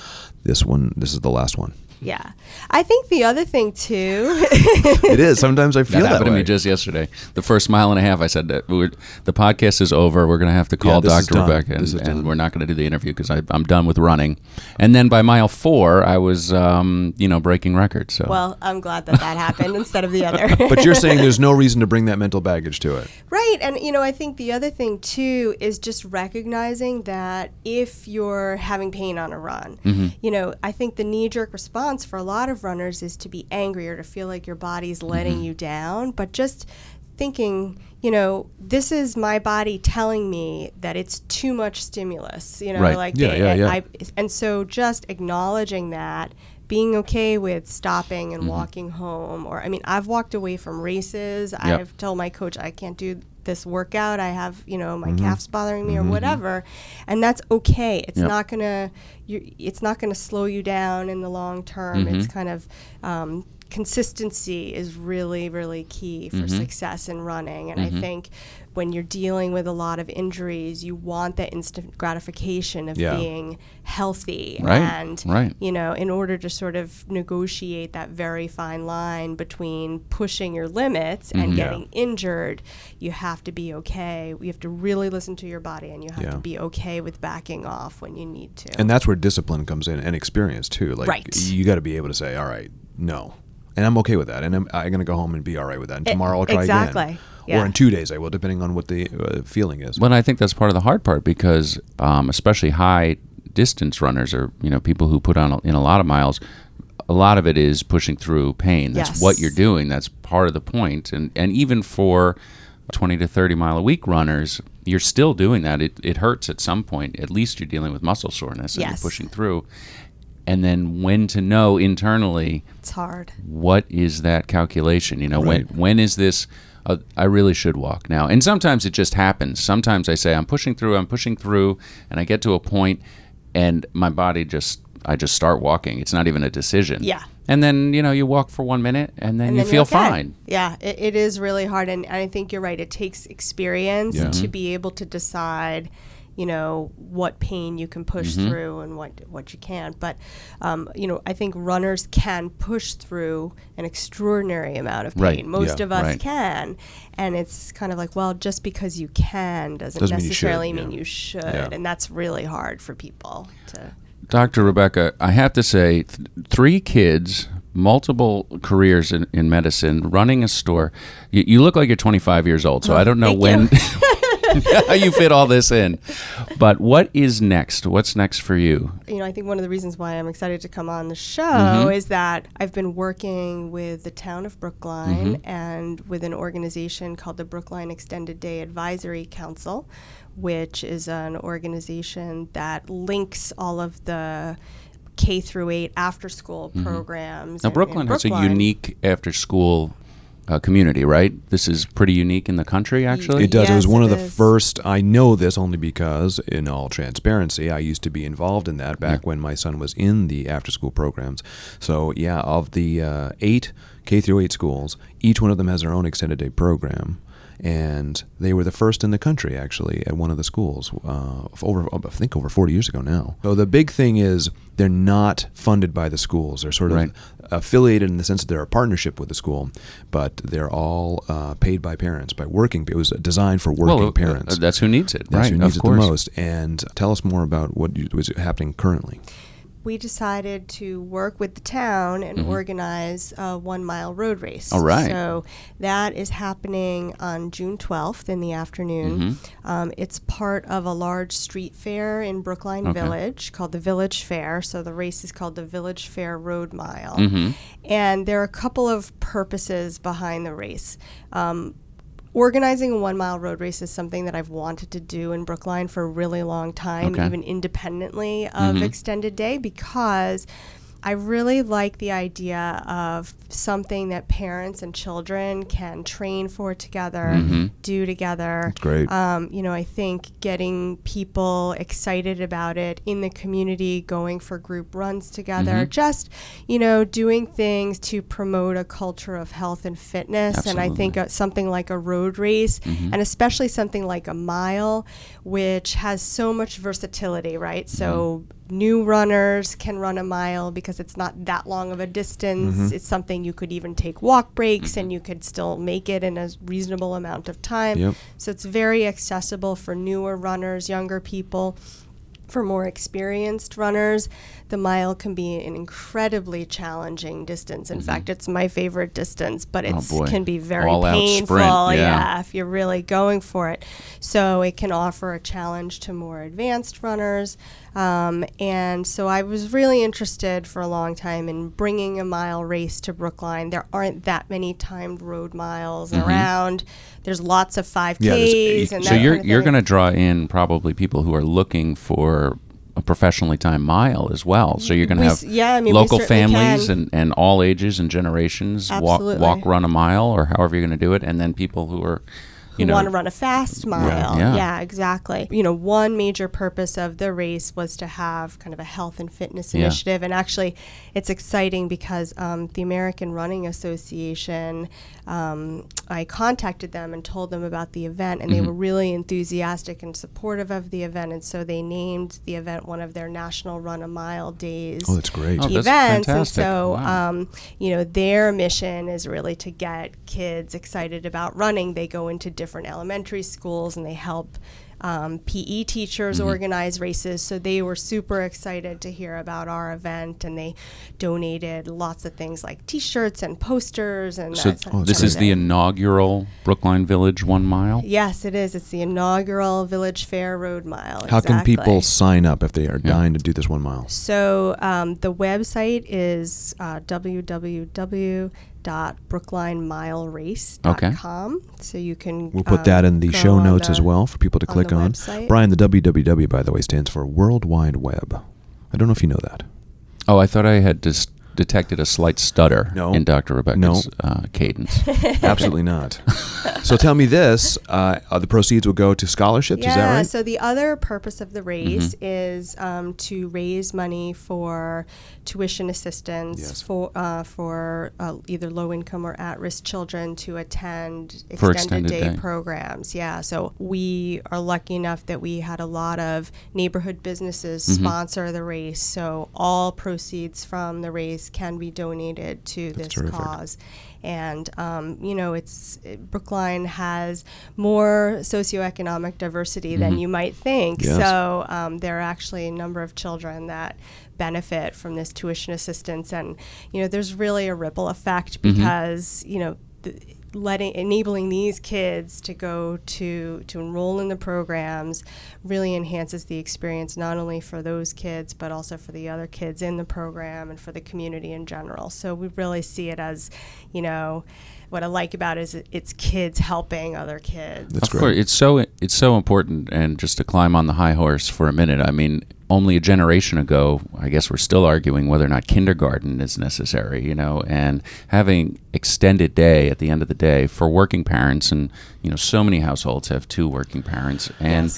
A: this one. This is the last
D: [laughs]
A: one.
D: Yeah. I think the other thing too [laughs]
A: It is. Sometimes I feel
B: That
A: that,
B: happened to
A: way.
B: me just yesterday. The first mile and a half, I said that we would- the podcast is over. We're going to have to call
A: this is
B: Dr.
A: done.
B: Rebecca,
A: This
B: and,
A: is
B: and
A: done.
B: we're not going to do the interview because I'm done with running. And then by mile four, I was, um, you know, breaking records. So
D: Well, I'm glad that that happened instead of
A: [laughs]
D: the other.
A: but you're saying there's no reason to bring that mental baggage to it.
D: right. And, you know, I think the other thing too is just recognizing that if you're having pain on a run,
A: Mm-hmm.
D: you know, I think the knee jerk response for a lot of runners is to be angry or to feel like your body's letting
A: Mm-hmm.
D: you down. But just thinking, you know, this is my body telling me that it's too much stimulus, you know,
B: Right.
D: like,
A: Yeah,
D: they-
A: yeah, yeah.
D: I, and so just acknowledging that being okay with stopping and walking home or i mean i've walked away from races i've told my coach i can't do this workout i have you know my calf's bothering me or whatever and that's okay it's
B: Yep.
D: not gonna you, it's not gonna slow you down in the long term it's kind of um, consistency is really, really key for success in running. And I think when you're dealing with a lot of injuries, you want that instant gratification of
A: Yeah.
D: being healthy.
B: Right,
D: And,
B: right.
D: you know, in order to sort of negotiate that very fine line between pushing your limits
A: Mm-hmm.
D: and getting injured, you have to be okay. You have to really listen to your body and you have
A: Yeah.
D: to be okay with backing off when you need to.
A: And that's where discipline comes in and experience too. Like
D: Right.
A: you got to be able to say, all right, no. And I'm okay with that. And I'm, I'm going to go home and be all right with that. And tomorrow I'll try again.
D: Eh, exactly. Yeah.
A: Or in two days I will, depending on what the uh, feeling is.
B: Well, I think that's part of the hard part because, um, especially high distance runners or you know people who put on a- in a lot of miles, a lot of it is pushing through pain. That's
D: Yes.
B: what you're doing. That's part of the point. And and even for twenty to thirty mile a week runners, you're still doing that. It it hurts at some point. At least you're dealing with muscle soreness and
D: Yes.
B: you're pushing through. And then when to know internally
D: it's hard.
B: what is that calculation? You know,
A: Right.
B: when when is this? Uh, I really should walk now. And sometimes it just happens. Sometimes I say I'm pushing through, I'm pushing through, and I get to a point, and my body just I just start walking. It's not even a decision.
D: Yeah.
B: And then you know you walk for one minute, and then you
D: then
B: feel
D: you're okay.
B: fine.
D: Yeah, it, it is really hard, and, and I think you're right. It takes experience
A: Yeah.
D: to be able to decide, you know, what pain you can push
A: Mm-hmm.
D: through and what what you can't. But, um, you know, I think runners can push through an extraordinary amount of pain.
B: Right,
D: Most
A: yeah,
D: of us
B: right.
D: can, and it's kind of like, well, just because you can doesn't,
A: Doesn't mean you should,
D: necessarily mean
A: yeah.
D: you should,
A: Yeah.
D: and that's really hard for people to.
B: Dr. Rebecca, I have to say, th- three kids, multiple careers in, in medicine, running a store. You, you look like you're 25 years old, so I don't know when [laughs]
D: thank
B: how you fit all this in. But what is next? What's next for you?
D: you know, I think one of the reasons why I'm excited to come on the show
B: Mm-hmm.
D: is that I've been working with the town of Brookline
B: Mm-hmm.
D: and with an organization called the Brookline Extended Day Advisory Council, which is an organization that links all of the K through 8 after school programs.
B: Mm-hmm. Now,
D: in- in
B: Brooklyn, has a
D: Brookline.
B: unique after school uh, community, right? This is pretty unique in the country, actually.
A: It does. it
D: Yes,
A: was one of
D: it
A: the
D: is.
A: first. I know this only because, in all transparency, I used to be involved in that back when my son was in the after-school programs. So yeah, of the uh, eight K through eight schools, each one of them has their own extended day program, and they were the first in the country actually at one of the schools uh, f- over I think over 40 years ago now. So the big thing is they're not funded by the schools. They're sort of
B: Right.
A: affiliated in the sense that they're a partnership with the school, but they're all uh, paid by parents, by working. It was designed for working
B: Well,
A: parents.
B: uh, that's who needs it,
A: That's
B: right?
A: who needs
B: of
A: it the
B: course.
A: most. And tell us more about what you- was happening currently.
D: We decided to work with the town and organize a one mile road race.
B: Mm-hmm. All right.
D: So that is happening on June 12th in the afternoon.
B: Mm-hmm.
D: Um, it's part of a large street fair in Brookline Village called the Village Fair. So the race is called the Village Fair Road Mile.
B: Mm-hmm.
D: And there are a couple of purposes behind the race. Um, Organizing a one mile road race is something that I've wanted to do in Brookline for a really long time,
B: Okay.
D: even independently of Extended Day, because I really like the idea of something that parents and children can train for together, do together. That's
A: great.
D: Um, you know, I think getting people excited about it in the community, going for group runs together, just, you know, doing things to promote a culture of health and fitness. And I think uh, something like a road race, and especially something like a mile, which has so much versatility, right? So new runners can run a mile because it's not that long of a distance. It's something you could even take walk breaks and you could still make it in a reasonable amount of time.
A: Yep.
D: So it's very accessible for newer runners, younger people. For more experienced runners, the mile can be an incredibly challenging distance. In fact, it's my favorite distance, but it
B: Mm-hmm. Oh, boy.
D: can be very
B: All-out sprint,
D: painful.
B: yeah.
D: if you're really going for it. So it can offer a challenge to more advanced runners. Um, and so I was really interested for a long time in bringing a mile race to Brookline. There aren't that many timed road miles
B: Mm-hmm.
D: around. There's lots of 5Ks
A: there's-
D: and
B: e So
D: that
B: you're
D: kind of
B: you're
D: thing.
B: going to draw in probably people who are looking for a professionally timed mile as well. So you're going to
D: We
B: have
D: s- yeah, I mean, we
B: local
D: certainly
B: families
D: can.
B: and, and all ages and generations walk
D: Absolutely.
B: walk run a mile or however you're going to do it, and then people who are
D: who
B: You know-
D: want to run a fast mile.
B: yeah.
D: exactly. You know, one major purpose of the race was to have kind of a health and fitness
B: Yeah.
D: initiative. And actually, it's exciting because um, the American Running Association, um, I contacted them and told them about the event,
B: Mm-hmm.
D: and they were really enthusiastic and supportive of the event. And so they named the event one of their National Run a Mile Days
A: Oh, that's great.
B: Oh, that's
D: events. And
B: fantastic.
D: so,
B: Wow.
D: um, you know, their mission is really to get kids excited about running. They go into different elementary schools and they help um, PE teachers
B: Mm-hmm.
D: organize races. So they were super excited to hear about our event and they donated lots of things like t shirts and posters. And
B: So oh,
D: that sort
B: this
D: of
B: is the
D: thing.
B: inaugural Brookline Village One Mile.
D: Yes, it is. It's the inaugural Village Fair Road Mile.
A: How can people
D: Exactly.
A: sign up if they are dying to do this one mile?
D: So um, the website is uh, www.brooklinemilerace.com. So you can.
A: We'll put
D: um,
A: that in the
D: go
A: show
D: on
A: notes
D: the-
A: as well for people to
D: on
A: click
D: the
A: on.
D: website.
A: Brian, the WWW, by the way, stands for World Wide Web. I don't know if you know
D: [laughs]
A: that.
B: Oh, I thought I had dis- detected a slight stutter
A: No.
B: in Dr. Rebecca's
A: No.
B: uh, cadence.
A: Absolutely not. so tell me this: uh, uh, the proceeds will go to scholarships.
D: Yeah,
A: Is that right? Mm-hmm.
D: so the other purpose of the raise is um, to raise money for tuition assistance
A: Yes.
D: for uh, for uh, either low income or at risk children to attend extended,
B: For extended
D: day,
B: day.
D: programs. Yeah, so we are lucky enough that we had a lot of neighborhood businesses
A: Mm-hmm.
D: sponsor the race. So all proceeds from the raise can be donated to this
A: terrific.
D: cause laws. And um, you know, it's it- Brookline has more socioeconomic diversity than you might think.
A: Yes.
D: So um, there are actually a number of children that benefit from this tuition assistance, and you know, there's really a ripple effect because you know. th letting enabling these kids to go to to enroll in the programs really enhances the experience not only for those kids but also for the other kids in the program and for the community in general so we really see it as you know what i like about it is it's kids helping other kids
A: That's
B: of course, it's so it's so important. And just to climb on the high horse for a minute, I mean, only a generation ago, I guess we're still arguing whether or not kindergarten is necessary. You know, and having extended day at the end of the day for working parents, and you know, so many households have two working parents, and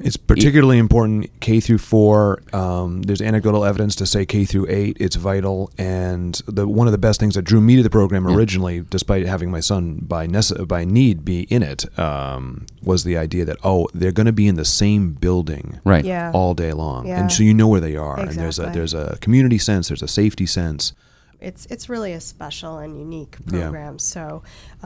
A: It's particularly important K through four. Um, there's anecdotal evidence to say K through eight. It's vital, and the one of the best things that drew me to the program originally, despite having my son by nece- by need be in it, um, was the idea that oh, they're going to be in the same building,
B: right,
D: yeah
A: all day long,
D: Yeah.
A: and so you know where they are. And there's a
D: Exactly.
A: there's a community sense, there's a safety sense.
D: it's it's really a special and unique
A: Yeah.
D: program. So,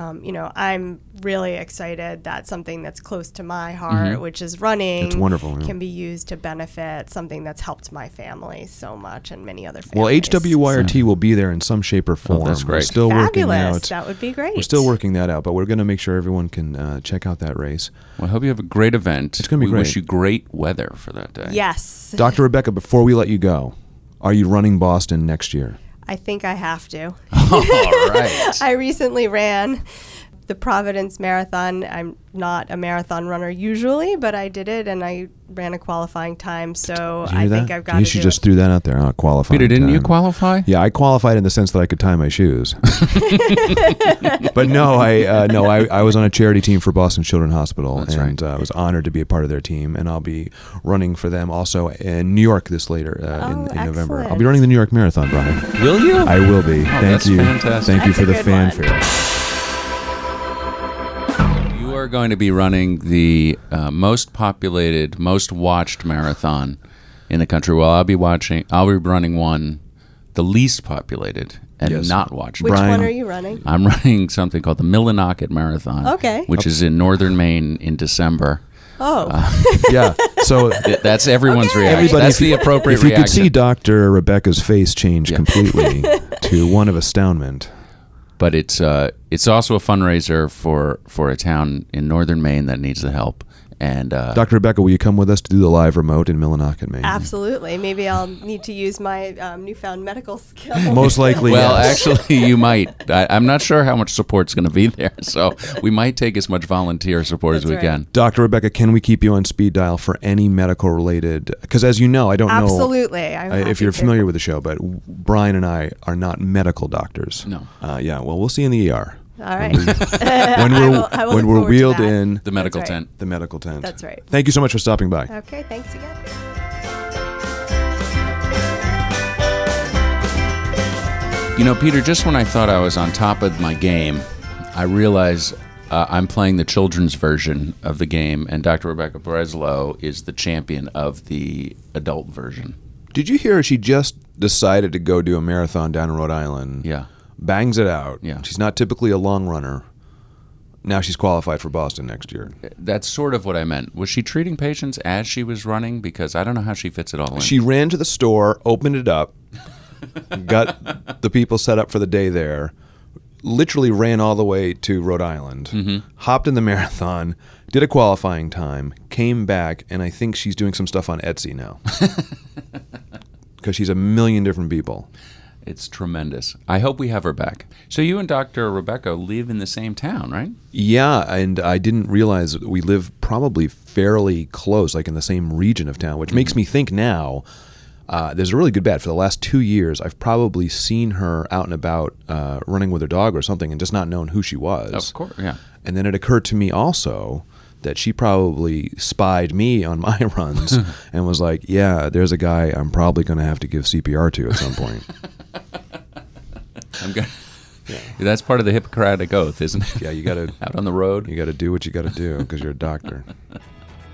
D: um, you know, I'm really excited that something that's close to my heart, which is running,
A: It's Mm-hmm. wonderful, yeah.
D: can be used to benefit something that's helped my family so much and many other families.
A: Well, HWYRT will be there in some shape or form.
B: Oh, that's
A: We're
B: great.
A: still working
D: fabulous.
A: out.
D: That would be great.
A: We're still working that out, but we're going to make sure everyone can uh, check out that race.
B: Well, I hope you have a great event. It's
A: gonna be
B: we Wish
A: great.
B: you great weather for that day.
D: Yes,
A: Dr. Rebecca, before we let you go, are you running Boston next year?
D: I think I have
A: [laughs]
D: to.
B: all right.
D: [laughs] I recently ran the Providence Marathon. I'm not a marathon runner usually, but I did it and I ran a qualifying time. So
A: Did you
D: I
A: hear that?
D: think I've got
A: You
D: to
A: should
D: do
A: just
D: it.
A: threw that out there. Huh? Qualifying.
B: Peter, didn't you
A: time.
B: qualify?
A: Yeah, I qualified in the sense that I could tie my
D: [laughs]
A: shoes. but no, I uh, no, I, I was on a charity team for Boston Children's Hospital, and uh, I was honored to be a part of their team. And I'll be running for them also in New York this later uh, in,
D: Oh,
A: in November. I'll be
D: excellent.
A: running the New York Marathon, Brian.
B: Will you?
A: I will be. Thank
B: that's
A: you.
B: fantastic.
A: Thank you for
D: That's a
A: the
D: good one.
A: fanfare.
B: You are going to be running the uh, most populated, most watched marathon in the country. Well, I'll be watching. I'll be running one, the least populated and
A: Yes.
B: not watched.
D: Which
A: Brian-
D: one are you running?
B: I'm running something called the Millinocket Marathon.
D: Okay.
B: Which is in northern Maine in December.
D: Oh,
A: Uh, [laughs] Yeah. So
D: [laughs]
B: Th- That's everyone's reaction.
A: Everybody,
B: That's
A: if you-
B: the appropriate
A: if you
B: reaction.
A: could see Dr. Rebecca's face change
B: [laughs]
A: completely to one of astoundment.
B: but it's uh, it's also a fundraiser for for a town in northern Maine that needs the help. And uh,
A: Dr. Rebecca, will you come with us to do the live remote in Millinocket, Maine?
D: absolutely. Maybe I'll need to use my um, newfound medical [laughs] skill.
A: Most likely,
B: Well,
A: yes.
B: actually, you might. I, I'm not sure how much support's going to be there, [laughs] so we might take as much volunteer support as
D: That's
B: we can.
D: right.
A: Dr. Rebecca, can we keep you on speed dial for any medical related? Because as you know, I don't know.
D: absolutely. I'm
A: uh,
D: happy
A: If you're
D: to.
A: familiar with the show, but Brian and I are not medical doctors.
B: No.
A: Uh, yeah. Well, we'll see you in the ER.
D: All right.
A: when
D: [laughs] I
A: we're
D: will- I will
A: when we're
D: look forward to
A: wheeled
D: that.
A: in
B: The medical
D: right.
B: tent.
A: the medical tent.
D: That's right. Uh,
A: Thank you so much for stopping by.
D: Okay, thanks again.
B: You know, Peter, just when I thought I was on top of my game, I realize uh, I'm playing the children's version of the game, and Dr. Rebecca Breslow is the champion of the adult version.
A: Did you hear she just decided to go do a marathon down in Rhode Island?
B: Yeah.
A: Bangs it out.
B: Yeah.
A: She's not typically a long runner. Now she's qualified for Boston next year.
B: That's sort of what I meant. Was she treating patients as she was running? Because I don't know how she fits it all in.
A: She ran to the store, opened it up, got the people set up for the day there, literally ran all the way to Rhode Island, hopped in the [laughs] marathon, did a qualifying time, came back, and I think she's doing some stuff on Etsy now. Because she's a million different people.
B: it's tremendous. I hope we have her back. So you and Dr. Rebecca live in the same town, right?
A: Yeah, and I didn't realize that we live probably fairly close, like in the same region of town, which
B: Mm.
A: makes me think now. Uh, there's a really good bet. For the last two years, I've probably seen her out and about uh, running with her dog or something and just not known who she was.
B: Of course, yeah.
A: And then it occurred to me also that she probably spied me on my [laughs]
B: [laughs]
A: runs and was like, yeah, there's a guy I'm probably going to have to give CPR to at some
B: [laughs]
A: point.
B: I'm going That's part of the Hippocratic Oath, isn't it?
A: yeah, you got to.
B: Out on the road.
A: You got to do what you got to do because you're a doctor.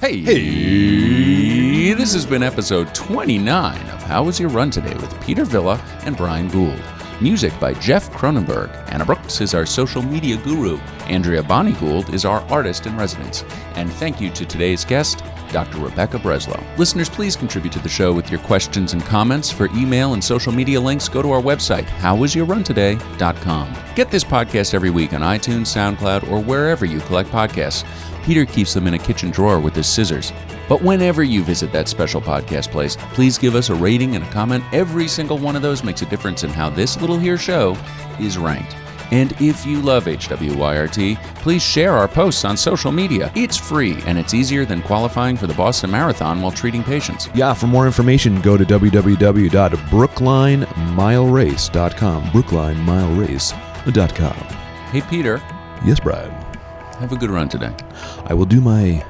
B: Hey. Hey. This has been episode 29 of How Was Your Run Today with Peter Villa and Brian Gould. Music by Jeff Cronenberg. Anna Brooks is our social media guru. Andrea Bonnie Gould is our artist in residence. And thank you to today's guest, Dr. Rebecca Breslow. Listeners, please contribute to the show with your questions and comments. For email and social media links, go to our website, howwasyourruntoday.com. Get this podcast every week on iTunes, SoundCloud, or wherever you collect podcasts. Peter keeps them in a kitchen drawer with his scissors. But whenever you visit that special podcast place, please give us a rating and a comment. Every single one of those makes a difference in how this little here show is ranked. And if you love HWYRT, please share our posts on social media. It's free and it's easier than qualifying for the Boston Marathon while treating patients.
A: Yeah, for more information, go to www.brooklinemilerace.com. Brooklinemilerace.com.
B: Hey, Peter,
A: Yes, Brad.
B: have a good run today.
A: I will do my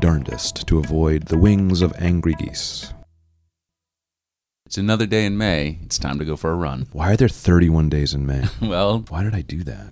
A: darndest to avoid the wings of angry geese.
B: It's another day in May. It's time to go for a run. [laughs]
A: Why are there 31 days in May?
B: Well,
A: Why did I do that?